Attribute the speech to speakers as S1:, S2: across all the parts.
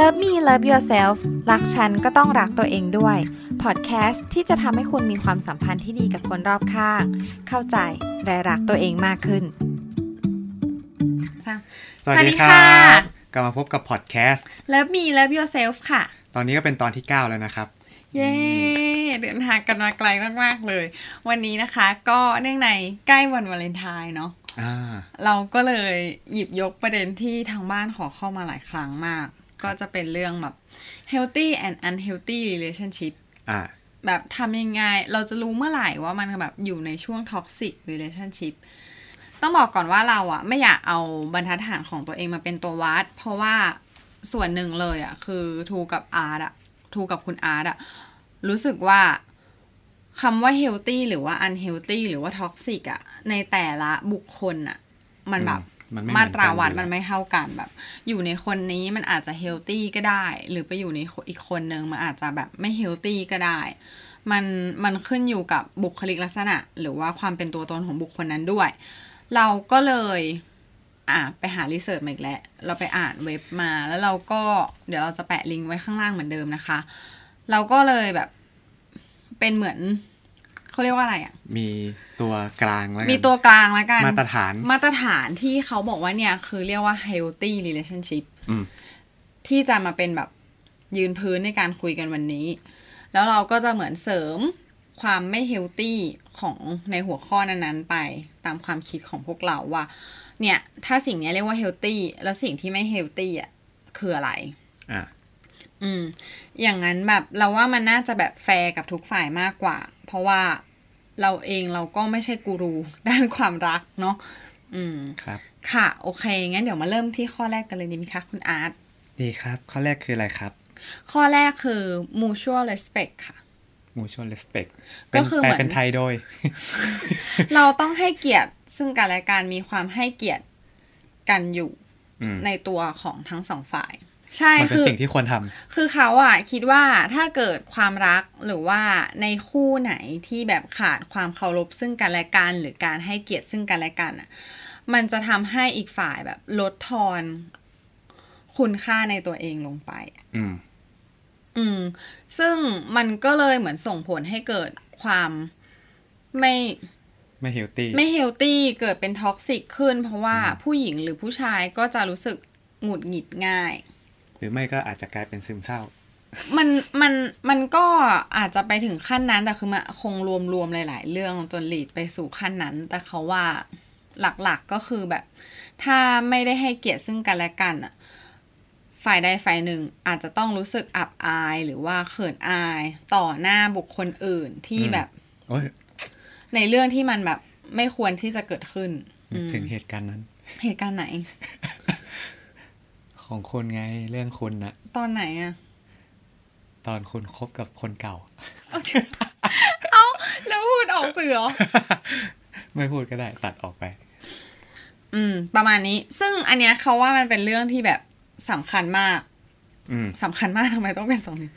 S1: Love Me Love Yourself รักฉันก็ต้องรักตัวเองด้วยพอดแคสต์ที่จะทำให้คุณมีความสัมพันธ์ที่ดีกับคนรอบข้าง เข้าใจและรักตัวเองมากขึ้น สวัสดีค่ะ
S2: รับกลับมาพบกับพอดแคสต์
S1: Love Me Love Yourself ค่ะ
S2: ตอนนี้ก็เป็นตอนที่ 9 แล้วนะครับ
S1: เย้เดินทางกันมาไกลมาก ๆ เลย วันนี้นะคะก็เนื่องในใกล้วันวาเลนไทน์เนาะ
S2: อ่า
S1: เราก็เลยหยิบยกประเด็นที่ทางบ้านขอเข้ามาหลายครั้งมาก ก็จะเป็นเรื่องแบบ healthy and unhealthy relationship
S2: อ่า
S1: แบบทำยังไง เราจะรู้เมื่อไหร่ว่ามันแบบอยู่ในช่วง toxic relationship ต้องบอกก่อนว่าเราอะไม่อยากเอาบรรทัดฐานของตัวเองมาเป็นตัววัด เพราะว่าส่วนหนึ่งเลยอะคือทูกับอาร์ตอะทูกับคุณอาร์ตอะรู้สึกว่าคำว่า healthy หรือว่า unhealthy หรือว่า toxic อะในแต่ละบุคคลอะมันแบบ
S2: มันไม่
S1: มาตรา
S2: เหอกั
S1: วัด
S2: อยู่
S1: มันไม่เท่ากันแบบ อยู่ในคนนี้มันอาจจะเฮลตี้ก็ได้ หรือไปอยู่ในอีกคนนึงมันอาจจะแบบไม่เฮลตี้ก็ได้ มันมันขึ้นอยู่กับบุคลิกลักษณะ หรือว่าความเป็นตัวตนของบุคคลนั้นด้วย เราก็เลย อ่ะไปหารีเสิร์ชมาอีกแล้ว เราไปอ่านเว็บมาแล้วเราก็เดี๋ยวเราจะแปะลิงก์ไว้ข้างล่างเหมือนเดิมนะคะ เราก็เลยแบบเป็นเหมือนเขาเรียกว่าอะไรอ่ะ
S2: มีตัวกลางแล้วกัน
S1: มีตัวกลางแล้วกัน
S2: มาตรฐาน
S1: มาตรฐานที่เขาบอกว่าเนี่ย คือเรียกว่า healthy relationship
S2: อืม
S1: ที่จะมาเป็นแบบยืนพื้นในการคุยกันวันนี้ แล้วเราก็จะเหมือนเสริมความไม่ healthy ของในหัวข้อนั้นๆไปตามความคิดของพวกเราว่า เนี่ย ถ้าสิ่งเนี้ยเรียกว่า healthy แล้วสิ่งที่ไม่ healthy อ่ะคืออะไร
S2: อ่า
S1: อืม อย่างนั้นแบบเราว่ามันน่าจะแบบแฟร์กับทุกฝ่ายมากกว่า เพราะว่าเราเองเราก็ไม่ใช่กูรู ด้านความรักเนาะอืม
S2: ครับ
S1: ค่ะ โอเค งั้นเดี๋ยวมาเริ่มที่ข้อแรกกันเลยดีไหมคะ คุณอาร์ต
S2: ดีครับ ข้อแรกคืออะไรครับ
S1: ข้อแรกคือ mutual respect ค่ะ
S2: mutual respect
S1: ก็คือ
S2: เป็น
S1: เหมื
S2: แป
S1: อ
S2: ล
S1: น
S2: เป็นไทยโดย
S1: เราต้องให้เกียรติซึ่งกันและกันมีความให้เกียรติกันอยู่
S2: อืม
S1: ในตัวของทั้งสองฝ่าย ใช่
S2: มันเป็น
S1: คือ
S2: สิ่งที่ควรทำ
S1: คือเขาอ่ะคิดว่าถ้าเกิดความรักหรือว่าในคู่ไหนที่แบบขาดความเคารพซึ่งกันและกันหรือการให้เกียรติซึ่งกันและกันอ่ะมันจะทำให้อีกฝ่ายแบบลดทอนคุณค่าในตัวเองลงไป
S2: อืม
S1: อืม ซึ่งมันก็เลยเหมือนส่งผลให้เกิดความไม่
S2: ไม่ healthy
S1: ไม่เฮลตี้เกิดเป็นท็อกซิกขึ้น เพราะว่าผู้หญิงหรือผู้ชายก็จะรู้สึกหงุดหงิดง่าย
S2: หรือไม่ก็อาจจะกลายเป็นซึมเศร้า
S1: มันมันมันก็อาจจะไปถึงขั้นนั้น แต่คือมันคงรวมรวมหลาย ๆ เรื่องจนหลีดไปสู่ขั้นนั้น แต่เขาว่าหลักๆก็คือแบบ ถ้าไม่ได้ให้เกียรติซึ่งกันและกันอะฝ่ายใดฝ่ายหนึ่งอาจจะต้องรู้สึกอับอายหรือว่าเขินอายต่อหน้าบุคคลอื่นที่
S2: อืม
S1: แบบ
S2: โอ้ย
S1: ในเรื่องที่มันแบบไม่ควรที่จะเกิดขึ้น
S2: นึกถึง
S1: อืม
S2: เหตุการณ์นั้น
S1: เหตุการณ์ไหน
S2: ของคุณไงเรื่องคุณนะ
S1: ตอนไหนอะ
S2: ตอนคุณคบกับคนเก่า
S1: แล้วพูดออกเสือ
S2: ไม่พูดก็ได้ตัดออกไป
S1: อืม ประมาณนี้ ซึ่งอันเนี้ยเขาว่ามันเป็นเรื่องที่แบบสำคัญมาก
S2: อืม
S1: สำคัญมากทำไม ต้องเป็นสองนิ้ว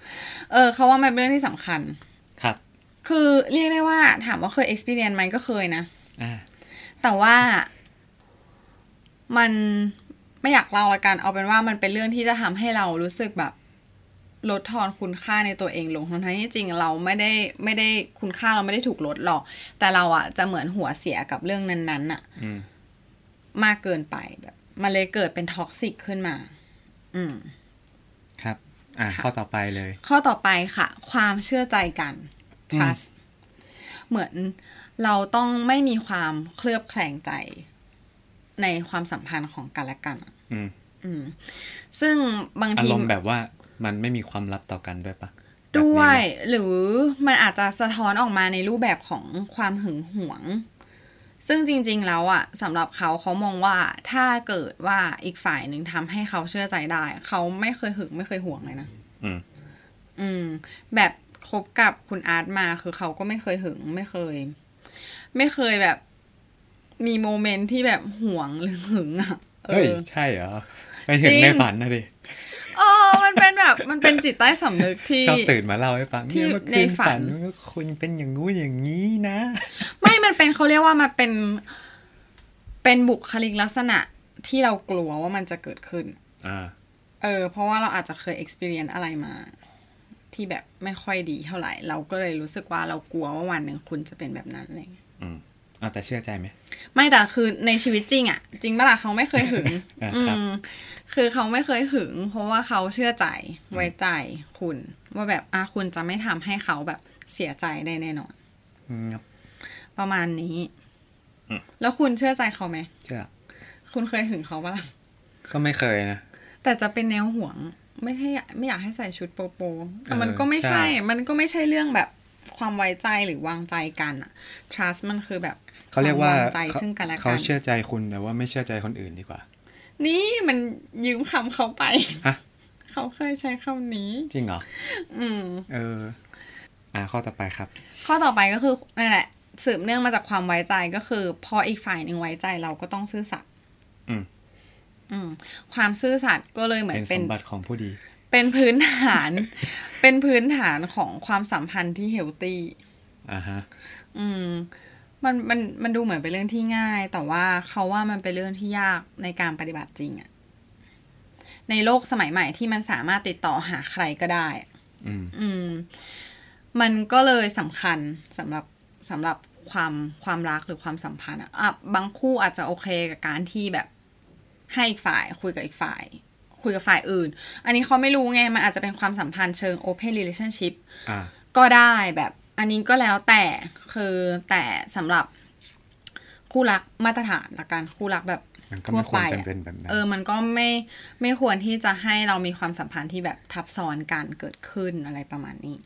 S1: เออเขาว่ามันเป็นเรื่องที่สำคัญ
S2: ครับ
S1: คือเรียกได้ว่าถามว่าเคย experience ไหมก็เคยนะ
S2: อ่า
S1: แต่ว่ามันไม่อยากเล่าละกัน เอาเป็นว่ามันเป็นเรื่องที่จะทำให้เรารู้สึกแบบลดทอนคุณค่าในตัวเองลงทั้งๆที่จริงเราไม่ได้ไม่ได้คุณค่าเราไม่ได้ถูกลดหรอก แต่เราอะจะเหมือนหัวเสียกับเรื่องนั้นๆอะ
S2: อืม
S1: มากเกินไปแบบมันเลยเกิดเป็นท็อกซิกขึ้นมา อืม
S2: ครับ อ่าข้อต่อไปเลย
S1: ข้อต่อไปค่ะ ความเชื่อใจกัน
S2: อืม
S1: trust เหมือนเราต้องไม่มีความเคลือบแคลงใจในความสัมพันธ์ของกันและกันอะ
S2: อืม
S1: อืม ซึ่งบาง
S2: อา
S1: ที
S2: รมณ์แบบว่ามันไม่มีความลับต่อกันด้วยปะ
S1: ด้วย
S2: แบบนี้ไหม
S1: หรือมันอาจจะสะท้อนออกมาในรูปแบบของความหึงหวง ซึ่งจริง ๆ แล้วอะสำหรับเขาเขามองว่าถ้าเกิดว่าอีกฝ่ายหนึ่งทำให้เขาเชื่อใจได้ เขาไม่เคยหึงไม่เคยหวงเลยนะ
S2: อืม
S1: อืม แบบคบกับคุณอาร์ตมาคือเขาก็ไม่เคยหึงไม่เคย ไม่เคยแบบมีโมเมนต์ที่แบบหวงหรือหึงอะเอ
S2: เฮ้ย
S1: อ
S2: ใช่เหรอ ไปถึง
S1: จริง
S2: ในฝันนะดิ
S1: เออ มันเป็นแบบมันเป็นจิตใต้สำนึกที่
S2: ชอบตื่นมาเล่าให้ฟัง
S1: ที่
S2: เนี่ยเมื่อ
S1: ใน
S2: คืน
S1: ฝั
S2: ฝั
S1: น
S2: นว่าคุณเป็นอย่างงู้นอย่างนี้นะ
S1: ไม่ มันเป็นเขาเรียกว่ามันเป็น เป็นบุคลิกลักษณะที่เรากลัวว่ามันจะเกิดขึ้น
S2: อ่า
S1: เออ เพราะว่าเราอาจจะเคย experience อะไรมา ที่แบบไม่ค่อยดีเท่าไหร่ เราก็เลยรู้สึกว่าเรากลัวว่าวันหนึ่งคุณจะเป็นแบบนั้นอะไรเงี้ย
S2: อืมอ่ะแต่เชื่อใจไหม
S1: ไม่แต่คือในชีวิตจริงอะจริงปะล่ะเขาไม่เคยหึง
S2: อ่ะ
S1: อื
S2: ครับ
S1: มคือเขาไม่เคยหึง เพราะว่าเขาเชื่อใจไว้ใจคุณ ว่าแบบอาคุณจะไม่ทำให้เขาแบบเสียใจได้แน่นอน
S2: งับ
S1: ประมาณนี้
S2: อืม
S1: แล้วคุณเชื่อใจเขาไหม
S2: เชื่อ
S1: คุณเคยหึงเขาปะล่ะ
S2: ก็ไม่เคยนะ
S1: แต่จะเป็นแนวห่วง ไม่ใช่ไม่อยากให้ใส่ชุดโปโปแต่มัน
S2: เออ
S1: ก็ไม่ใช่
S2: ใช่
S1: มันก็ไม่ใช่เรื่องแบบความไว้ใจหรือวางใจกันอะ trust มันคือแบบ
S2: เขาเรียกว่า
S1: ควมงใจซึ่งกันและ
S2: เขา
S1: กัน
S2: เชื่อใจคุณแต่ว่าไม่เชื่อใจคนอื่นดีกว่า
S1: นี่มันยืมคำเขาไป
S2: ฮะ
S1: เขาเคยใช้คำนี้
S2: จริงเหรอ
S1: อืม
S2: เออ อ่าข้อต่อไปครับ
S1: ข้อต่อไปก็คือนั่นแหละ สืบเนื่องมาจากความไว้ใจก็คือ พออีกฝ่ายหนึ่งไว้ใจเราก็ต้องซื่อสัตย์
S2: อืม
S1: อืม ความซื่อสัตย์ก็เลยเหมือ
S2: เป็น นสม
S1: เป็น
S2: บัติของผู้ดี
S1: เป็นพื้นฐาน เป็นพื้นฐานของความสัมพันธ์ที่เฮลตี้
S2: อ่าฮะ
S1: อืม มัน มัน มันดูเหมือนเป็นเรื่องที่ง่าย แต่ว่าเขาว่ามันเป็นเรื่องที่ยากในการปฏิบัติจริงอะ ในโลกสมัยใหม่ที่มันสามารถติดต่อหาใครก็ได้อะ
S2: อืม
S1: อืม มันก็เลยสำคัญสำหรับสำหรับความความรักหรือความสัมพันธ์อะอ่ะบางคู่อาจจะโอเคกับการที่แบบให้อีกฝ่าย คุยกับอีกฝ่าย คุยกับฝ่ายอื่น อันนี้เขาไม่รู้ไง มันอาจจะเป็นความสัมพันธ์เชิง open relationship
S2: อ่า
S1: ก็ได้แบบอันนี้ก็แล้วแต่คือแต่สำหรับคู่รักมาตรฐานละกันคู่รักแบบ
S2: มันก็
S1: ทั่ว
S2: ไม่คว
S1: ไป
S2: รจะ
S1: อะ
S2: เป็นแบบนั้น
S1: เออมันก็ไม่ไม่ควรที่จะให้เรามีความสัมพันธ์ที่แบบทับซ้อนกันเกิดขึ้นอะไรประมาณนี้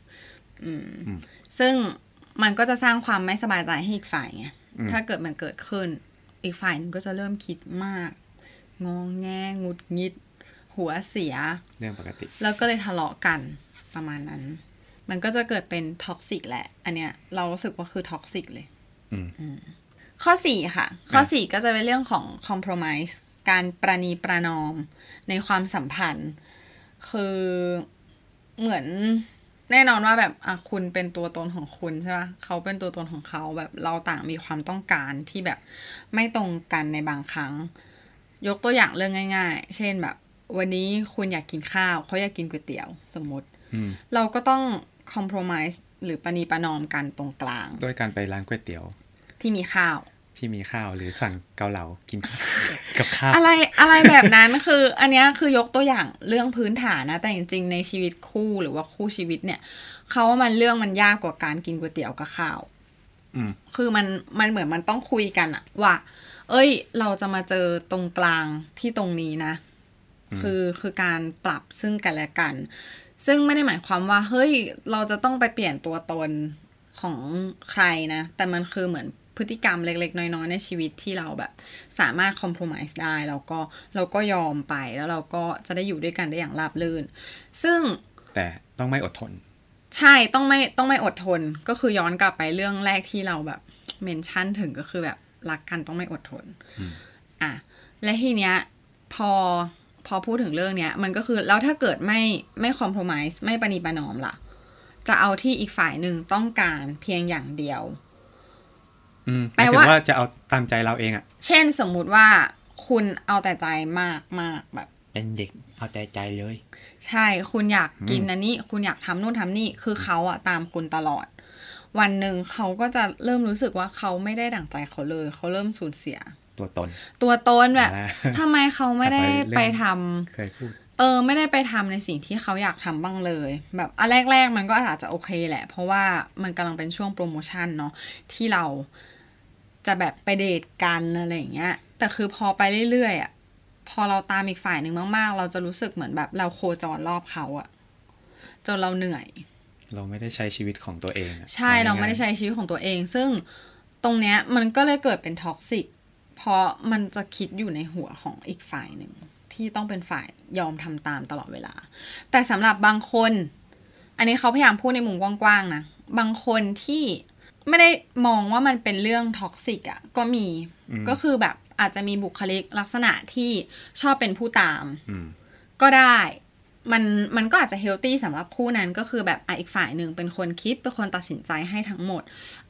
S1: อืม
S2: ม
S1: ซึ่งมันก็จะสร้างความไม่สบายใจให้อีกฝ่ายไง
S2: อืม
S1: ถ้าเกิดมันเกิดขึ้น อีกฝ่ายหนึงก็จะเริ่มคิดมาก งองแงหงุดหงิด หัวเสีย
S2: เรื่องปกติ
S1: แล้วก็เลยทะเลาะกันประมาณนั้น มันก็จะเกิดเป็นท็อกซิกแหละ อันเนี้ยเรารู้สึกว่าคือท็อกซิกเลย
S2: อืม
S1: ข้อสี่ค่ะ ข้อ
S2: ครับ
S1: สี่ก็จะเป็นเรื่องของคอม p r o m i s e การประนีประนอมในความสัมพันธ์ คือเหมือนแน่นอนว่าแบบอ่ะคุณเป็นตัวตนของคุณใช่ปะเขาเป็นตัวตนของเขาแบบเราต่างมีความต้องการที่แบบไม่ตรงกันในบางครั้ง ยกตัวอย่างเรื่องง่าย ๆ เช่นแบบ วันนี้คุณอยากกินข้าวเขาอยากกินก๋วยเตี๋ยวสมมติ
S2: อืม
S1: เราก็ต้องคอม p r o m i s e หรือประนีประนอมกันตรงกลาง
S2: ด้วยการไปร้านก๋วยเตี๋ยว
S1: ที่มีข้าว
S2: ที่มีข้าวหรือสั่งเกาเหลากิน กับข้าว
S1: อะไรอะไรแบบนั้น คือ อันเนี้ยคือยกตัวอย่างเรื่องพื้นฐานนะ แต่จริงๆในชีวิตคู่หรือว่าคู่ชีวิตเนี่ยเขาว่ามันเรื่องมันยากกว่าการกินก๋วยเตี๋ยวกับข้าว
S2: อืม
S1: คือมันมันเหมือนมันต้องคุยกันอะว่า เอ้ย เราจะมาเจอตรงกลางที่ตรงนี้นะ
S2: อืม
S1: คือคือการปรับซึ่งกันและกัน ซึ่งไม่ได้หมายความว่า เฮ้ย เราจะต้องไปเปลี่ยนตัวตนของใครนะ แต่มันคือเหมือนพฤติกรรมเล็ก ๆ น้อยๆในชีวิตที่เราแบบ สามารถคอม p r o m i s e ได้ แล้วก็เราก็ยอมไปแล้วเราก็จะได้อยู่ด้วยกันได้อย่างราบรื่น ซึ่ง
S2: แต่ต้องไม่อดทน
S1: ใช่ต้องไม่ต้องไม่อดทนก็คือย้อนกลับไปเรื่องแรกที่เราแบบเมนชั่นถึงก็คือแบบรักกันต้องไม่อดทน
S2: อืม
S1: อ่ะและทีเนี้ยพอพอพูดถึงเรื่องเนี้ย มันก็คือแล้วถ้าเกิดไม่ไม่คอมเพลมไพร์ไม่ประนีประนอมล่ะ จะเอาที่อีกฝ่ายหนึ่งต้องการเพียงอย่างเดียว
S2: อืม
S1: แปล
S2: หมยถึง
S1: ว่า
S2: ว่าจะเอาตามใจเราเองอะ่ะ
S1: เช่นสมมุติว่าคุณเอาแต่ใจมากมากแบบ
S2: เป็นเด็กเอาใจใจเลย
S1: ใช่ คุณอยากกินอันนี้ คุณอยากทำนู่นทำนี่ คือเขาอะตามคุณตลอด วันหนึ่งเขาก็จะเริ่มรู้สึกว่าเขาไม่ได้ดั่งใจเขาเลย เขาเริ่มสูญเสีย
S2: ตัวตน
S1: ตัวตนแบบ
S2: นะ
S1: ทำไมเขาไม่ได้ไปทำ
S2: เคยพูด
S1: เออไม่ได้ไปทำในสิ่งที่เขาอยากทำบ้างเลย แบบอันแรก ๆ มันก็อาจจะโอเคแหละ เพราะว่ามันกำลังเป็นช่วงโปรโมชั่นเนาะที่เราจะแบบไปเดทกันอะไรอย่างเงี้ย แต่คือพอไปเรื่อยๆอ่ะพอเราตามอีกฝ่ายหนึ่งมากๆ เราจะรู้สึกเหมือนแบบเราโคจรรอบเขาอ่ะจนเราเหนื่อย
S2: เราไม่ได้ใช้ชีวิตของตัวเองอะ
S1: ใช่เราไม่ได้ใช้ชีวิตของตัวเอง ซึ่งตรงเนี้ยมันก็เลยเกิดเป็นท็อกซิกเพราะมันจะคิดอยู่ในหัวของอีกฝ่ายหนึ่ง ที่ต้องเป็นฝ่ายยอมทำตามตลอดเวลา แต่สำหรับบางคน อันนี้เขาพยายามพูดในมุมกว้างๆนะ บางคนที่ไม่ได้มองว่ามันเป็นเรื่องท็อกซิกอ่ะก็มี
S2: อืม
S1: ก็คือแบบอาจจะมีบุคลิกลักษณะที่ชอบเป็นผู้ตาม
S2: ม
S1: ก็ได้ มัน มันก็อาจจะเฮลตี้สำหรับคู่นั้นก็คือแบบอ่ะอีกฝ่ายหนึ่งเป็นคนคิด เป็นคนตัดสินใจให้ทั้งหมด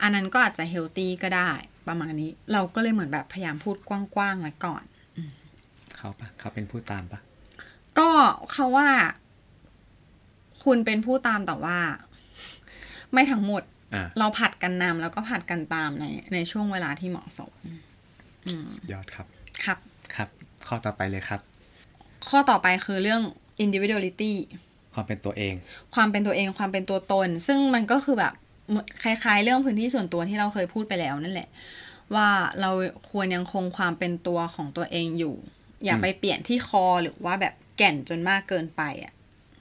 S1: อันนั้นก็อาจจะเฮลตี้ก็ได้ ประมาณนี้ เราก็เลยเหมือนแบบพยายามพูดกว้างๆไว้ก่อน
S2: เขาปะเขาเป็นผู้ตามปะ
S1: ก็ เขาว่า คุณเป็นผู้ตามแต่ว่า ไม่ทั้งหมด
S2: อ่ะ
S1: เราผัดกันนำแล้วก็ผัดกันตามในในช่วงเวลาที่เหมาะสม อืม
S2: ยอดครับ
S1: ครับ
S2: ครับ ข้อต่อไปเลยครับ
S1: ข้อต่อไปคือเรื่อง individuality
S2: ความเป็นตัวเอง
S1: ความเป็นตัวเองความเป็นตัวตน ซึ่งมันก็คือแบบเหมือนคล้าย ๆ เรื่องพื้นที่ส่วนตัวที่เราเคยพูดไปแล้วนั่นแหละ ว่าเราควรยังคงความเป็นตัวของตัวเองอยู่ อย่า
S2: อืม
S1: ไปเปลี่ยนที่คอหรือว่าแบบแก่นจนมากเกินไปอ่ะ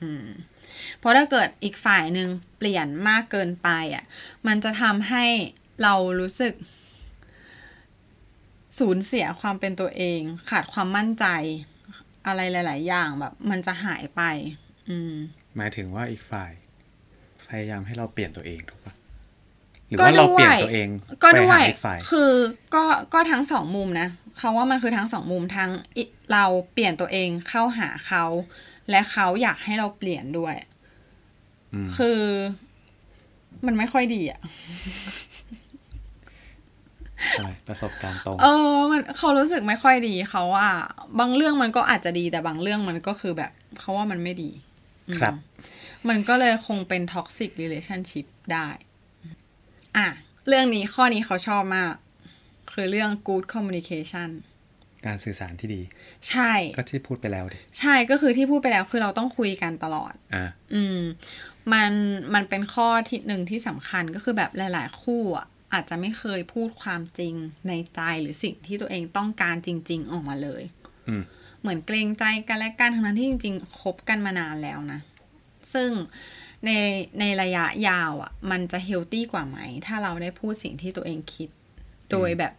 S1: อืมเพราะถ้าเกิดอีกฝ่ายหนึ่งเปลี่ยนมากเกินไปอ่ะ มันจะทำให้เรารู้สึก สูญเสียความเป็นตัวเอง ขาดความมั่นใจอะไรหลาย ๆ อย่างแบบ มันจะหายไป อืม
S2: หมายถึงว่าอีกฝ่าย พยายามให้เราเปลี่ยนตัวเองถูกปะหรือ
S1: ก็
S2: ว่าเราเปลี่ยน
S1: ด้วย
S2: ตัวเอง
S1: ก็
S2: ไป
S1: ด้ว
S2: หาย อีกฝ่าย
S1: คือ ก็ ก็ทั้งสองมุมนะ เขาว่ามันคือทั้งสองมุมทั้งอิเราเปลี่ยนตัวเองเข้าหาเขา และเขาอยากให้เราเปลี่ยนด้วย
S2: อืม
S1: คือ มันไม่ค่อยดีอะ
S2: อะไรประสบการณ์ตรง
S1: เออ มันเขารู้สึกไม่ค่อยดีเขาว่า บางเรื่องมันก็อาจจะดีแต่บางเรื่องมันก็คือแบบเขาว่ามันไม่ดีอืม
S2: ครับ
S1: มันก็เลยคงเป็นท็อกซิก e l a t i o n s h i p ได้ อ่ะ เรื่องนี้ข้อนี้เขาชอบมาก คือเรื่อง good communication
S2: การสื่อสารที่ดี
S1: ใช่
S2: ก็ที่พูดไปแล้วดิ
S1: ใช่ก็คือที่พูดไปแล้วคือเราต้องคุยกันตลอด
S2: อ่า
S1: อืมมันมันเป็นข้อที่หนึ่งที่สำคัญก็คือแบบหลาย ๆ คู่อะอาจจะไม่เคยพูดความจริงในใจหรือสิ่งที่ตัวเองต้องการจริง ๆ ออกมาเลย
S2: อืม
S1: เหมือนเกรงใจกันและกันทั้งนั้นที่จริงๆคบกันมานานแล้วนะ ซึ่งในในระยะยาวอะ่ะ มันจะเฮลตี้กว่าไหม ถ้าเราได้พูดสิ่งที่ตัวเองคิด โดยแบบ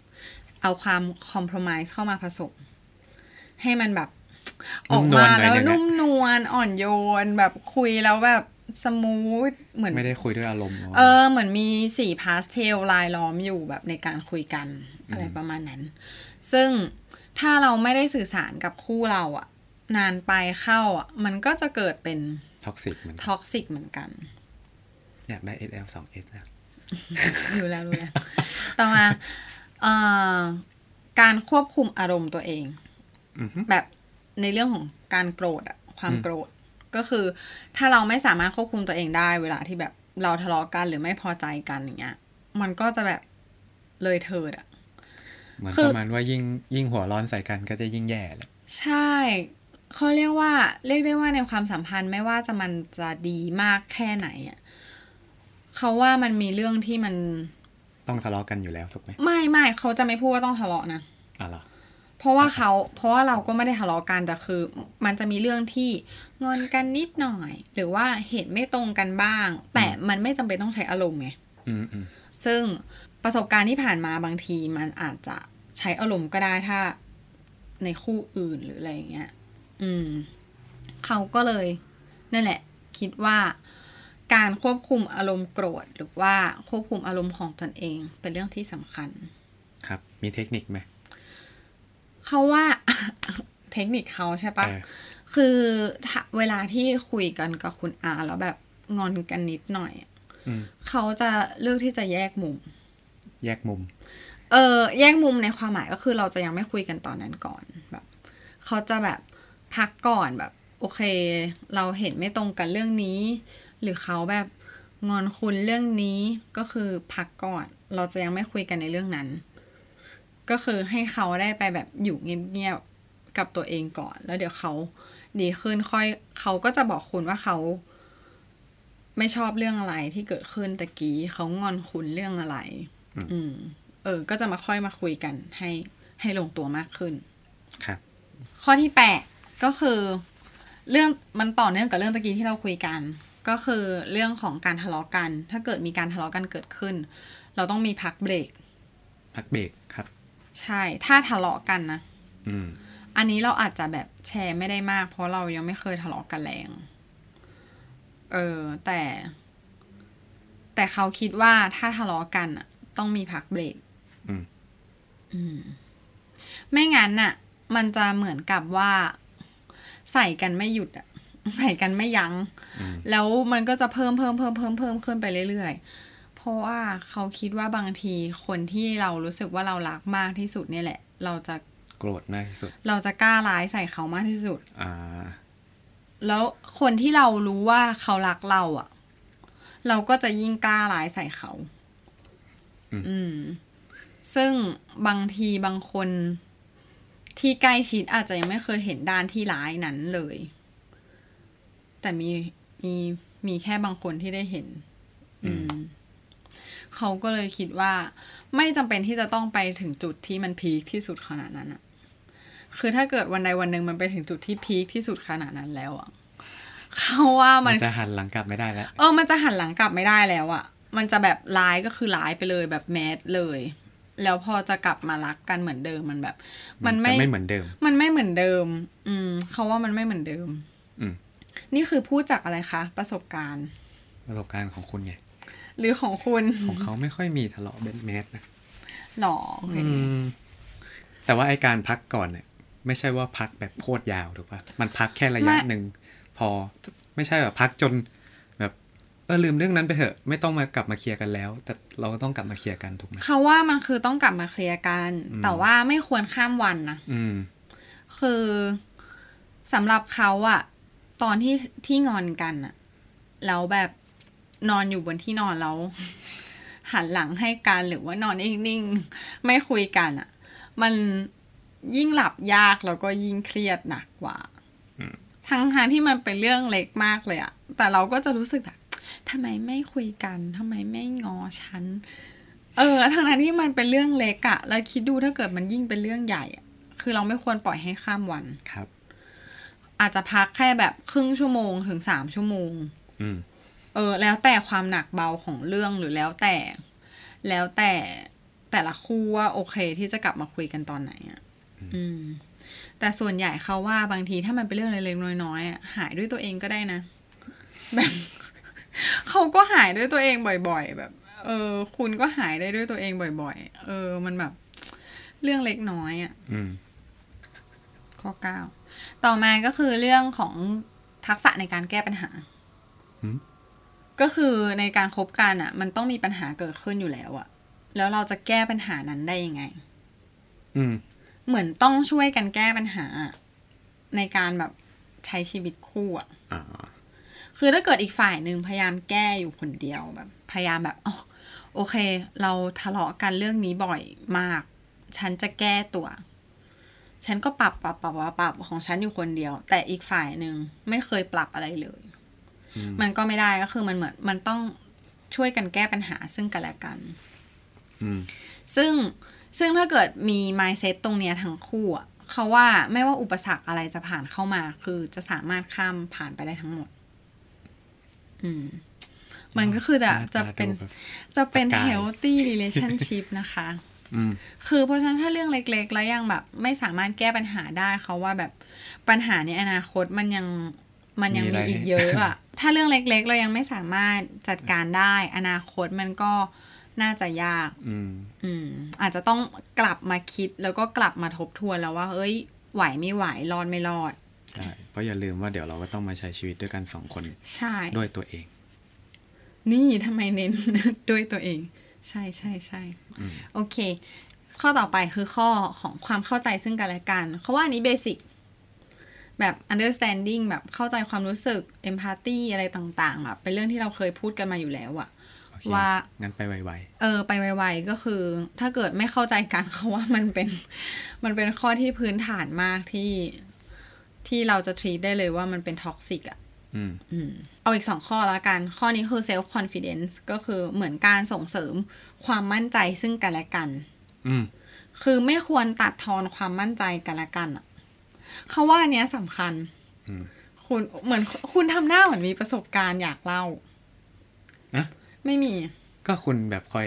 S1: เอาความคอมเพลมไ s ส์เข้ามาผสม ให้มันแบบ ออกมาแล้ว
S2: นุ่
S1: นุ่
S2: ม
S1: ม
S2: น
S1: น
S2: ว
S1: ว
S2: ล
S1: ลอ่อนโยน แบบคุยแล้วแบบสมูทเหมือน
S2: ไม่ได้คุยด้วยอารมณ์หรก
S1: เออเหมือนมีสีพาสเทลลายล้อมอยู่แบบในการคุยกันอะไรประมาณนั้น ซึ่งถ้าเราไม่ได้สื่อสารกับคู่เราอะนานไปเข้าอะมันก็จะเกิดเป็น
S2: ท็อกซิกเหมือนกัน
S1: ท็อกซิกเหมือนกัน
S2: อยากได้ SL 2 S นะ
S1: อยู่แล้วรู้แล้ว ต่อมาเอ่อการควบคุมอารมณ์ตัวเอง
S2: อือฮึ
S1: แบบในเรื่องของการโกรธอะความโกรธ ก็คือ ถ้าเราไม่สามารถควบคุมตัวเองได้ เวลาที่แบบเราทะเลาะกันหรือไม่พอใจกันอย่างเงี้ย มันก็จะแบบเลยเถิดอะ
S2: เหมือน
S1: คือ
S2: ประมาณว่ายิ่งยิ่งหัวร้อนใส่กันก็จะยิ่งแย่แหละ
S1: ใช่เขาเรียกว่า เรียกได้ว่าในความสัมพันธ์ไม่ว่าจะมันจะดีมากแค่ไหนอะเขาว่ามันมีเรื่องที่มัน
S2: ต้องทะเลาะกันอยู่แล้วถูกไหม
S1: ไม่ไม่เขาจะไม่พูดว่าต้องทะเลาะนะ
S2: อ่ะเหรอ
S1: เพราะว่าเขาเพราะว่าเราก็ไม่ได้ทะเลาะกันแต่คือ มันจะมีเรื่องที่งอนกันนิดหน่อย หรือว่าเห็นไม่ตรงกันบ้าง แต่มันไม่จำเป็นต้องใช้อารมณ์ไง
S2: อืมอืม
S1: ซึ่งประสบการณ์ที่ผ่านมาบางทีมันอาจจะใช้อารมณ์ก็ได้ถ้าในคู่อื่นหรืออะไรอย่างเงี้ยอืมเขาก็เลยนั่นแหละ คิดว่า การควบคุมอารมณ์โกรธ หรือว่าควบคุมอารมณ์ของตนเอง เป็นเรื่องที่สำคัญ
S2: ครับ มีเทคนิคไหม
S1: เขาว่า เทคนิคเขาใช่ปะ
S2: เออ
S1: คือถ้าเวลาที่คุยกันกับคุณอาแล้วแบบงอนกันนิดหน่อยอะ
S2: อืม
S1: เขาจะเลือกที่จะแยกมุม
S2: แยกมุม
S1: เออ แยกมุมในความหมายก็คือเราจะยังไม่คุยกันตอนนั้นก่อนแบบเขาจะแบบพักก่อนแบบ โอเค เราเห็นไม่ตรงกันเรื่องนี้ หรือเขาแบบงอนคุณเรื่องนี้ก็คือพักก่อน เราจะยังไม่คุยกันในเรื่องนั้น ก็คือให้เขาได้ไปแบบอยู่เงียบๆกับตัวเองก่อน แล้วเดี๋ยวเขาดีขึ้นค่อยเขาก็จะบอกคุณว่าเขา ไม่ชอบเรื่องอะไรที่เกิดขึ้นตะกี้เขางอนคุณเรื่องอะไร
S2: อืม
S1: อืม เออ ก็จะมาค่อยมาคุยกันให้ให้ลงตัวมากขึ้น
S2: ครับ
S1: ข้อที่แปดก็คือ เรื่องมันต่อเนื่องกับเรื่องตะกี้ที่เราคุยกัน ก็คือเรื่องของการทะเลาะกัน ถ้าเกิดมีการทะเลาะกันเกิดขึ้น เราต้องมีพักเบรก
S2: พักเบรกครับ
S1: ใช่ ถ้าทะเลาะกันนะ
S2: อืม
S1: อันนี้เราอาจจะแบบแชร์ไม่ได้มาก เพราะเรายังไม่เคยทะเลาะกันแรง เออ แต่ แต่เขาคิดว่าถ้าทะเลาะกันอ่ะ ต้องมีพักเบรก
S2: อืม
S1: อืม ไม่งั้นน่ะ มันจะเหมือนกับว่า ใส่กันไม่หยุดอ่ะ ใส่กันไม่ยัง้ง
S2: อืม
S1: แล้วมันก็จะเพิ่มเพิ่มเพิ่มเพิ่มเพิ่มขึ้นไปเรื่อยๆ เพราะว่าเขาคิดว่าบางทีคนที่เรารู้สึกว่าเรารักมากที่สุดเนี่ยแหละ เราจะ
S2: โกรธมากที่สุด
S1: เราจะกล้าร้ายใส่เขามากที่สุด
S2: อ่า
S1: แล้วคนที่เรารู้ว่าเขารักเราอะเราก็จะยิ่งกล้าร้ายใส่เขา
S2: อืม
S1: อืม ซึ่งบางทีบางคนที่ใกล้ชิดอาจจะยังไม่เคยเห็นด้านที่ร้ายนั้นเลย แต่มีมีมีแค่บางคนที่ได้เห็น อืม เขาก็เลยคิดว่า ไม่จำเป็นที่จะต้องไปถึงจุดที่มันพีคที่สุดขนาดนั้นอะคือถ้าเกิดวันใดวันหนึ่งมันไปถึงจุดที่พีคที่สุดขนาดนั้นแล้วอะ เขาว่า
S2: มั
S1: มัน น
S2: จะหันหลังกลับไม่ได้แล้ว
S1: เออ มันจะหันหลังกลับไม่ได้แล้วอะมันจะแบบร้ายก็คือร้ายไปเลยแบบแมสเลย แล้วพอจะกลับมารักกันเหมือนเดิมมันแบบ
S2: มั
S1: มัน น
S2: จะ
S1: ไม่
S2: ไม่เหมือนเดิม
S1: มันไม่เหมือนเดิม อืม เขาว่ามันไม่เหมือนเดิม
S2: อืม
S1: นี่คือพูดจากอะไรคะ ประสบการณ์
S2: ประสบการณ์ของคุณไง
S1: หรือของคุณ
S2: ของเขาไม่ค่อยมีทะเลาะเบนแมสนะ
S1: หรอโอเค
S2: อืมแต่ว่าไอการพักก่อนเนี่ยไม่ใช่ว่าพักแบบโคตรยาวถูกปะมันพักแค่ระยะหนึ่งพอไม่ใช่แบบพักจนแบบเออลืมเรื่องนั้นไปเถอะ ไม่ต้องมากลับมาเคลียร์กันแล้ว แต่เราก็ต้องกลับมาเคลียร์กันถูกไหม
S1: เขาว่ามันคือต้องกลับมาเคลียร์กัน
S2: อืม
S1: แต่ว่าไม่ควรข้ามวันนะ
S2: อืม
S1: คือสำหรับเขาอะตอนที่ที่งอนกันอะแล้วแบบนอนอยู่บนที่นอนแล้ว หันหลังให้กันหรือว่านอนนิ่งๆ ไม่คุยกันอะมันยิ่งหลับยากแล้วก็ยิ่งเครียดหนักกว่า
S2: อืม
S1: ทั้งทางๆที่มันเป็นเรื่องเล็กมากเลยอะแต่เราก็จะรู้สึกแบบทำไมไม่คุยกันทำไมไม่งอฉัน เออทั้งนั้นที่มันเป็นเรื่องเล็กอะแล้วคิดดูถ้าเกิดมันยิ่งเป็นเรื่องใหญ่อะ คือเราไม่ควรปล่อยให้ข้ามวัน
S2: ครับ
S1: อาจจะพักแค่แบบครึ่งชั่วโมงถึงสามชั่วโมง
S2: อืม
S1: เออ แล้วแต่ความหนักเบาของเรื่องหรือแล้วแต่ แล้วแต่แต่ละคู่ว่าโอเคที่จะกลับมาคุยกันตอนไหนอ่ะอืม แต่ส่วนใหญ่เขาว่าบางทีถ้ามันเป็นเรื่องเล็กๆน้อยๆอะหายด้วยตัวเองก็ได้นะ แบบ เขาก็หายด้วยตัวเองบ่อย ๆ แบบ เออ คุณก็หายได้ด้วยตัวเองบ่อย ๆ เออ มันแบบ เรื่องเล็กน้อยอ่ะ
S2: อืม
S1: ข้อ 9 ต่อมาก็คือเรื่องของทักษะในการแก้ปัญหา
S2: หืม
S1: ก็คือในการคบกันอ่ะ มันต้องมีปัญหาเกิดขึ้นอยู่แล้วอ่ะ แล้วเราจะแก้ปัญหานั้นได้ยังไง
S2: อืม
S1: เหมือนต้องช่วยกันแก้ปัญหาอะในการแบบใช้ชีวิตคู่อ่ะ
S2: อ่า
S1: คือถ้าเกิดอีกฝ่ายหนึ่งพยายามแก้อยู่คนเดียวแบบ พยายามแบบอ๋อโอเค เราทะเลาะกันเรื่องนี้บ่อยมาก ฉันจะแก้ตัว ฉันก็ปรับปรับปรับปรับปรับของฉันอยู่คนเดียว แต่อีกฝ่ายหนึ่งไม่เคยปรับอะไรเลย
S2: อืม
S1: มันก็ไม่ได้ก็คือมันเหมือนมันต้องช่วยกันแก้ปัญหาซึ่งกันและกัน
S2: อืม
S1: ซึ่งซึ่งถ้าเกิดมี mindset ตรงเนี้ยทั้งคู่อะเขาว่าไม่ว่าอุปสรรคอะไรจะผ่านเข้ามา คือจะสามารถข้ามผ่านไปได้ทั้งหมด อืม มันก็คือจะ
S2: หน้า
S1: จะ
S2: ตา
S1: เป็น
S2: ดูแบบ
S1: จะเป็น
S2: ประกาย
S1: healthy relationship นะคะ
S2: อืม
S1: คือเพราะฉะนั้นถ้าเรื่องเล็กๆ แล้วยังแบบ ไม่สามารถแก้ปัญหาได้เขาว่าแบบปัญหาในอนาคตมันยังมันยัง
S2: มี
S1: มี
S2: อะไร
S1: อีกเยอะอะ ถ้าเรื่องเล็กๆ เรายังไม่สามารถจัดการได้ อนาคตมันก็น่าจะยาก
S2: อืม
S1: อืมอาจจะต้องกลับมาคิดแล้วก็กลับมาทบทวนแล้วว่า เอ้ย ไหวไม่ไหว รอดไม่รอด
S2: ใช่ เพราะอย่าลืมว่าเดี๋ยวเราก็ต้องมาใช้ชีวิตด้วยกันสองคน
S1: ใช่
S2: ด้วยตัวเอง
S1: นี่ทำไมเน้น ด้วยตัวเอง ใช่ใช่ใช่
S2: อืม
S1: โอเค ข้อต่อไปคือข้อของความเข้าใจซึ่งกันและกัน เขาว่าอันนี้เบสิกแบบ understanding แบบเข้าใจความรู้สึก empathy อะไรต่างๆแบบเป็นเรื่องที่เราเคยพูดกันมาอยู่แล้วอะ
S2: โอเค
S1: ว่า
S2: งั้นไปไว
S1: เออไปไวๆก็คือ ถ้าเกิดไม่เข้าใจกัน เขาว่ามันเป็น มันเป็นข้อที่พื้นฐานมากที่ที่เราจะ treat ได้เลยว่ามันเป็นท็อกซิกอ่ะ
S2: ๆอืม
S1: อืม เอาอีกสองข้อแล้วกัน ข้อนี้คือ self confidence ก็คือเหมือนการส่งเสริมความมั่นใจซึ่งกันและกัน
S2: อืม
S1: คือไม่ควรตัดทอนความมั่นใจกันและกันอ่ะเขาว่าอันเนี้ยสำคัญ
S2: อืม
S1: คุณเหมือนคุณทำหน้าเหมือนมีประสบการณ์อยากเล่า
S2: นะ
S1: ไม่มี
S2: ก็คุณแบบคอย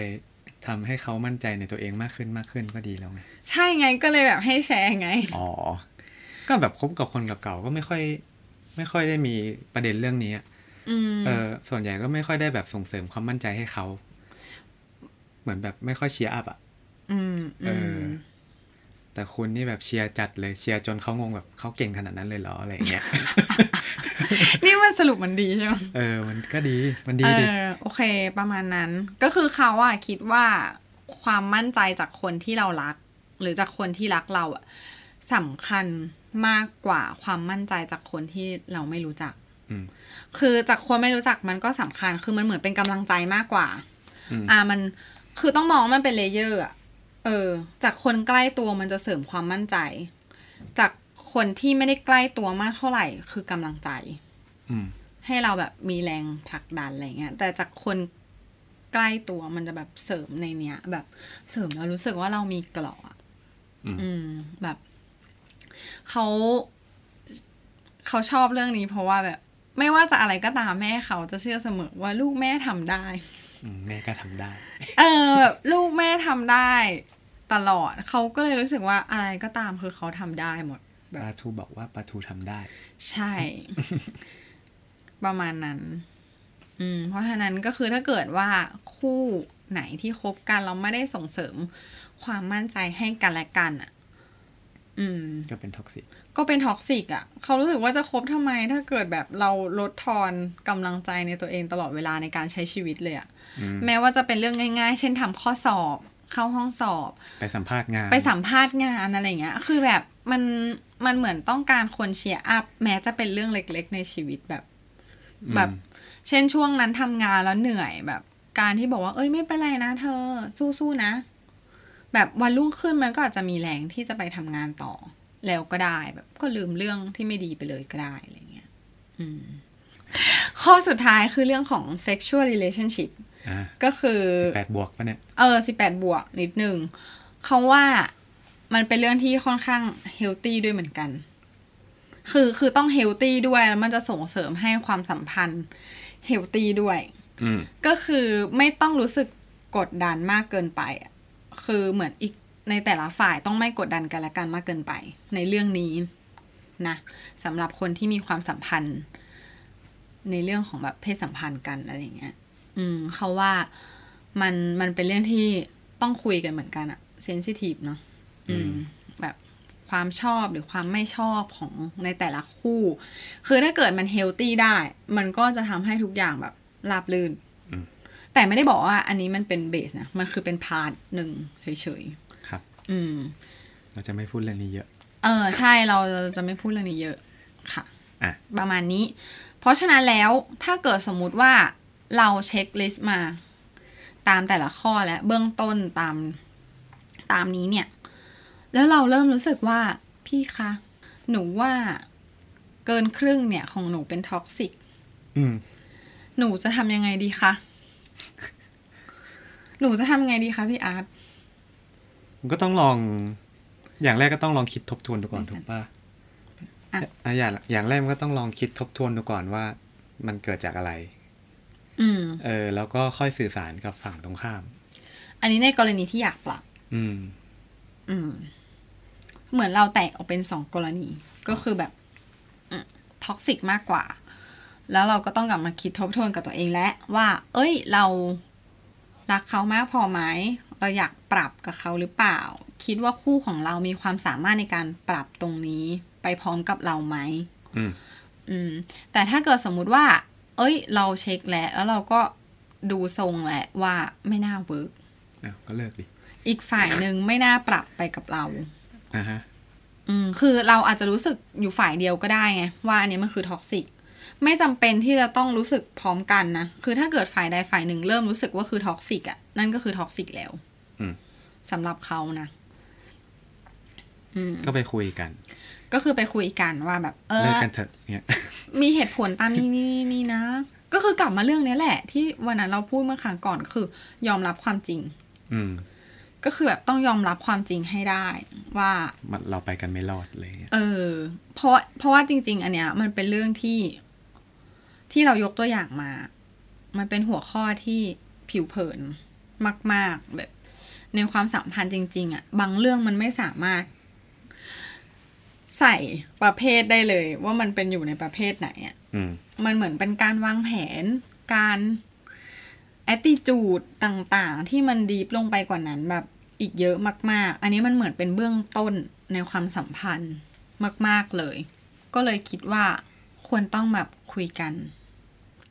S2: ทำให้เขามั่นใจในตัวเองมากขึ้นมากขึ้นก็ดีแล้วไง
S1: ใช่ไงก็เลยแบบให้แชร์ไง
S2: อ๋อ ก็แบบคบกับคนเก่าๆก็ไม่ค่อย ไม่ค่อยได้มีประเด็นเรื่องนี้อะ
S1: อืม
S2: เออ ส่วนใหญ่ก็ไม่ค่อยได้แบบส่งเสริมความมั่นใจให้เขา เหมือนแบบไม่ค่อยเชียร์อัพอ่ะ
S1: อืม
S2: เอ
S1: อื
S2: อ
S1: ม
S2: แต่คุณนี่แบบเชียร์จัดเลยเชียร์จนเขางงแบบเขาเก่งขนาดนั้นเลยเหรออะไรอย่างเงี้ย
S1: นี่มันสรุปมันดีใช่ไหม
S2: เออ มันก็ดี มันดี
S1: เอ
S2: ดิ
S1: อโอเค ประมาณนั้น ก็คือเขาอะคิดว่าความมั่นใจจากคนที่เรารัก หรือจากคนที่รักเราอะสำคัญ มากกว่าความมั่นใจจากคนที่เราไม่รู้จัก
S2: อืม
S1: คือจากคนไม่รู้จักมันก็สำคัญ คือมันเหมือนเป็นกำลังใจมากกว่า
S2: อืม
S1: อ่ามันคือต้องมองว่ามันเป็นเลเยอร์อะเออ จากคนใกล้ตัวมันจะเสริมความมั่นใจ จากคนที่ไม่ได้ใกล้ตัวมากเท่าไหร่ คือกำลังใจ
S2: อืม
S1: ให้เราแบบมีแรงผลักดันอะไรเงี้ย แต่จากคนใกล้ตัวมันจะแบบเสริมในเนี้ย แบบเสริมแล้วรู้สึกว่าเรามีเกราะอะ
S2: อืม
S1: อืม แบบเขาเขาชอบเรื่องนี้เพราะว่าแบบ ไม่ว่าจะอะไรก็ตามแม่เขาจะเชื่อเสมอว่าลูกแม่ทำได้
S2: อืมแม่ก็ทำได้
S1: เออแบบลูกแม่ทำได้ตลอดเขาก็เลยรู้สึกว่าอะไรก็ตามคือเขาทำได้หมด แบ
S2: ป
S1: บ
S2: ลาทูบอกว่าปลาทูทำได้
S1: ใช่ ประมาณนั้น อืม เพราะฉะนั้นก็คือถ้าเกิดว่าคู่ไหนที่คบกันเราไม่ได้ส่งเสริมความมั่นใจให้กันและกันอ่ะ อืม
S2: ก็เป็นท็อกซิก
S1: ก็เป็นท็อกซิกอ่ะ เขารู้สึกว่าจะคบทำไม ถ้าเกิดแบบเราลดทอนกำลังใจในตัวเองตลอดเวลาในการใช้ชีวิตเลยอ่ะ
S2: อืม
S1: แม้ว่าจะเป็นเรื่องง่าย ๆ เช่นทำข้อสอบ เข้าห้องสอบ
S2: ไปสัมภาษณ์งาน
S1: ไปสัมภาษณ์งานอะไรเงี้ย คือแบบมันมันเหมือนต้องการคนเชียร์อัพแม้จะเป็นเรื่องเล็ก ๆ ในชีวิตแบบ
S2: อืม
S1: แบบ เช่นช่วงนั้นทำงานแล้วเหนื่อยแบบ การที่บอกว่า เอ้ยไม่เป็นไรนะเธอ สู้ๆนะ แบบวันรุ่งขึ้นมันก็อาจจะมีแรงที่จะไปทำงานต่อ แล้วก็ได้แบบ ก็ลืมเรื่องที่ไม่ดีไปเลยก็ได้อะไรเงี้ยอืม ข้อสุดท้ายคือเรื่องของ sexual relationship
S2: อ่า
S1: ก็คือ
S2: สิบแปดบวกปะเนี่ย
S1: เออสิบแปดบวกนิดหนึ่ง เขาว่ามันเป็นเรื่องที่ค่อนข้างเฮลตี้ด้วยเหมือนกัน คือคือต้องเฮลตี้ด้วยแล้วมันจะส่งเสริมให้ความสัมพันธ์เฮลตี้ด้วย
S2: อืม
S1: ก็คือไม่ต้องรู้สึกกดดันมากเกินไปอะคือเหมือนอีกในแต่ละฝ่ายต้องไม่กดดันกันและกันมากเกินไป ในเรื่องนี้นะสำหรับคนที่มีความสัมพันธ์ ในเรื่องของแบบเพศสัมพันธ์กันอะไรอย่างเงี้ย อืมเขาว่ามันมันเป็นเรื่องที่ต้องคุยกันเหมือนกันอะเซนซิทีฟเนาะอื
S2: อื
S1: ม
S2: ม
S1: แบบความชอบหรือความไม่ชอบของในแต่ละคู่ คือถ้าเกิดมันเฮลตี้ได้ มันก็จะทำให้ทุกอย่างแบบราบรื่น
S2: อืม
S1: แต่ไม่ได้บอกว่าอันนี้มันเป็นเบสนะ มันคือเป็นพาร์ทหนึ่งเฉย
S2: ครับ
S1: ๆ อืม
S2: เราจะไม่พูดเรื่องนี้เยอะ
S1: เออ ใช่เราจะไม่พูดเรื่องนี้เยอะค่ะ
S2: อ่ะ
S1: ประมาณนี้ เพราะฉะนั้นแล้วถ้าเกิดสมมุติว่าเราเช็คลิสต์มา ตามแต่ละข้อและเบื้องต้นตามตามนี้เนี่ย แล้วเราเริ่มรู้สึกว่าพี่คะ หนูว่าเกินครึ่งเนี่ยของหนูเป็นท็อกซิก
S2: อืม
S1: หนูจะทำยังไงดีคะ หนูจะทำยังไงดีคะพี่อาร์ต
S2: ก็ต้องลอง อย่างแรกก็ต้องลองคิดทบทวนดูก่อน
S1: ไม่ทัน
S2: ถูกป่ะ
S1: อ่ะ
S2: อ่ะอย่างอย่างแรกมันก็ต้องลองคิดทบทวนดูก่อนว่า มันเกิดจากอะไร
S1: อืม
S2: เออ แล้วก็ค่อยสื่อสารกับฝั่งตรงข้าม
S1: อันนี้ในกรณีที่อยากปรับ
S2: อืม
S1: อืม เหมือนเราแตกออกเป็นสองกรณี ก็คือแบบท็อกซิกมากกว่า แล้วเราก็ต้องกลับมาคิดทบทวนกับตัวเองและว่า เอ้ย เรารักเขามากพอไหมเราอยากปรับกับเขาหรือเปล่า คิดว่าคู่ของเรามีความสามารถในการปรับตรงนี้ ไปพร้อมกับเราไหม
S2: อืม
S1: อืมแต่ถ้าเกิดสมมุติว่า เอ้ย เราเช็คแล้วแล้วเราก็ดูทรงแหละว่าไม่น่าเวิร์ก
S2: อ้าว ก็เลิกดิ
S1: อีกฝ่ายหนึ่งไม่น่าปรับไปกับเรา
S2: อ่ะฮะ
S1: อืมคือเราอาจจะรู้สึกอยู่ฝ่ายเดียวก็ได้ไงว่าอันเนี้ยมันคือท็อกซิกไม่จำเป็นที่จะต้องรู้สึกพร้อมกันนะ คือถ้าเกิดฝ่ายใดฝ่ายหนึ่งเริ่มรู้สึกว่าคือท็อกซิกอ่ะนั่นก็คือท็อกซิกแล้ว
S2: อืม
S1: สำหรับเขานะ อืม
S2: ก็ไปคุยกัน
S1: ก็คือไปคุยกันว่าแบบ เอ
S2: เลิก
S1: อ
S2: กันเถอะเนี่ย
S1: มีเหตุผลตามนี้นี่นี่นี่นะ ก็คือกลับมาเรื่องนี้แหละ ที่วันนั้นเราพูดเมื่อครั้งก่อนคือยอมรับความจริง
S2: อืม
S1: ก็คือแบบต้องยอมรับความจริงให้ได้ ว่า
S2: มันเราไปกันไม่รอดเลยเนี่ย
S1: เออ เพราะเพราะว่าจริง ๆ อันเนี้ย มันเป็นเรื่องที่ ที่เรายกตัวอย่างมา มันเป็นหัวข้อที่ผิวเผินมาก ๆ แบบ ในความสัมพันธ์จริง ๆอะบางเรื่องมันไม่สามารถ ใส่ประเภทได้เลย ว่ามันเป็นอยู่ในประเภทไหนอะ
S2: อืม
S1: มันเหมือนเป็นการวางแผน การ attitude ต่างๆ ที่มันดีฟลงไปกว่านั้นแบบอีกเยอะมาก ๆ อันนี้มันเหมือนเป็นเบื้องต้นในความสัมพันธ์มาก ๆ เลย ก็เลยคิดว่าควรต้องแบบคุยกัน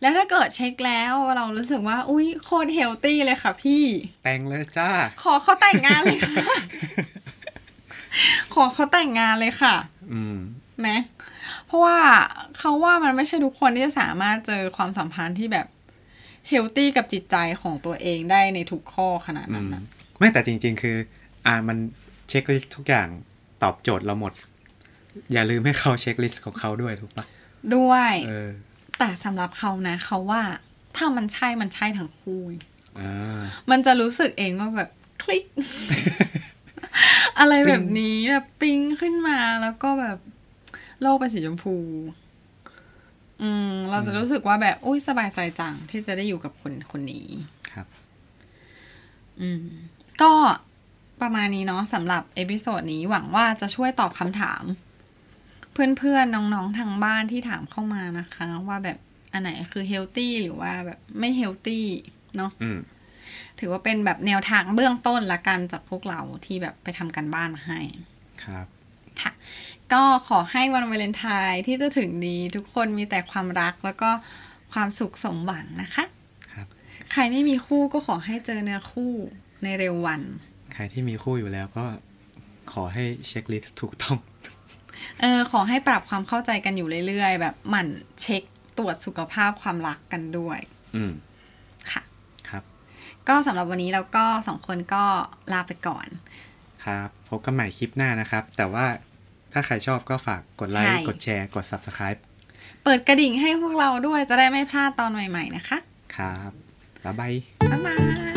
S1: แล้วถ้าเกิดเช็คแล้วเรารู้สึกว่า อุ๊ย โคตรเฮลตี้เลยค่ะพี่
S2: แต่งเลยจ้า
S1: ขอเขาแต่งงานเลยค่ะ ขอเขาแต่งงานเลยค่ะ
S2: อืม
S1: ไหมเพราะว่าเขาว่ามันไม่ใช่ทุกคนที่จะสามารถเจอความสัมพันธ์ที่แบบเฮลตี้กับจิตใจของตัวเองได้ในทุกข้อขนาดนั้นนะ
S2: ไม่แต่จริง ๆ คือ อ่ามันเช็คลิสต์ทุกอย่างตอบโจทย์เราหมด อย่าลืมให้เขาเช็คลิสต์ของเขาด้วยถูกปะ
S1: ด้วย
S2: เออ
S1: แต่สำหรับเขานะเขาว่าถ้ามันใช่มันใช่ทั้งคู่
S2: อ่า
S1: มันจะรู้สึกเองว่าแบบคลิก อะไรแบบนี้แบบปิ๊งขึ้นมาแล้วก็แบบโลกเป็นสีชมพู อืม เราจะรู้สึกว่าแบบอุ้ยสบายใจจังที่จะได้อยู่กับคนคนนี้
S2: ครับ
S1: อืม ก็ประมาณนี้เนาะสำหรับเอพิโซดนี้หวังว่าจะช่วยตอบคำถาม เพื่อนๆ น้องๆ ทางบ้านที่ถามเข้ามานะคะ ว่าแบบอันไหนคือเฮลตี้หรือว่าแบบไม่เฮลตี้เนาะ
S2: อืม
S1: ถือว่าเป็นแบบแนวทางเบื้องต้นละกันจากพวกเราที่แบบไปทำกันบ้านมาให้
S2: ครับ
S1: ก็ขอให้วันวาเลนไทน์ที่จะถึงนี้ทุกคนมีแต่ความรักแล้วก็ความสุขสมหวังนะคะ
S2: ครับ
S1: ใครไม่มีคู่ก็ขอให้เจอเนื้อคู่ในเร็ววัน
S2: ใครที่มีคู่อยู่แล้วก็ขอให้เช็คลิสต์ถูกต้อง
S1: เออขอให้ปรับความเข้าใจกันอยู่เรื่อยๆ แบบหมั่นเช็คตรวจสุขภาพความรักกันด้วย
S2: อืม
S1: ค่ะ
S2: ครับ
S1: ก็สำหรับวันนี้เราก็สองคนก็ลาไปก่อน
S2: ครับ พบกันใหม่คลิปหน้านะครับ แต่ว่าถ้าใครชอบก็ฝากกดไล
S1: ใช่
S2: ค์ กดแชร์ กด subscribe
S1: เปิดกระดิ่งให้พวกเราด้วยจะได้ไม่พลาดตอนใหม่ ๆ นะคะ
S2: ครับ บ๊ายบาย
S1: บ๊ายบาย